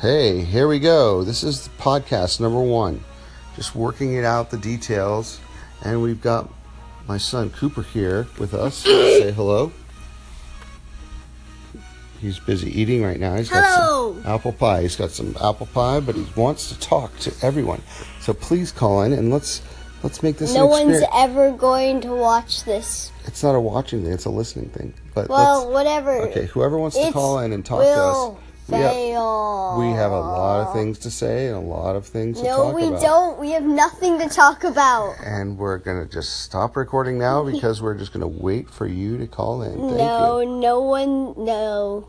Hey, here we go. This is podcast number one. Just working it out, the details. And we've got my son Cooper here with us. Say hello. He's busy eating right now. He's Hello. got some apple pie. He's got some apple pie, but he wants to talk to everyone. So please call in and let's let's make this No an experience. one's ever going to watch this. It's not a watching thing; it's a listening thing. But Well, let's, whatever. okay, whoever wants to It's call in and talk will to us, we have, fail. we have a lot of things to say and a lot of things to No, talk we about. don't. We have nothing to talk about. And we're gonna just stop recording now because we're just gonna wait for you to call in. Thank you. no, no one. No.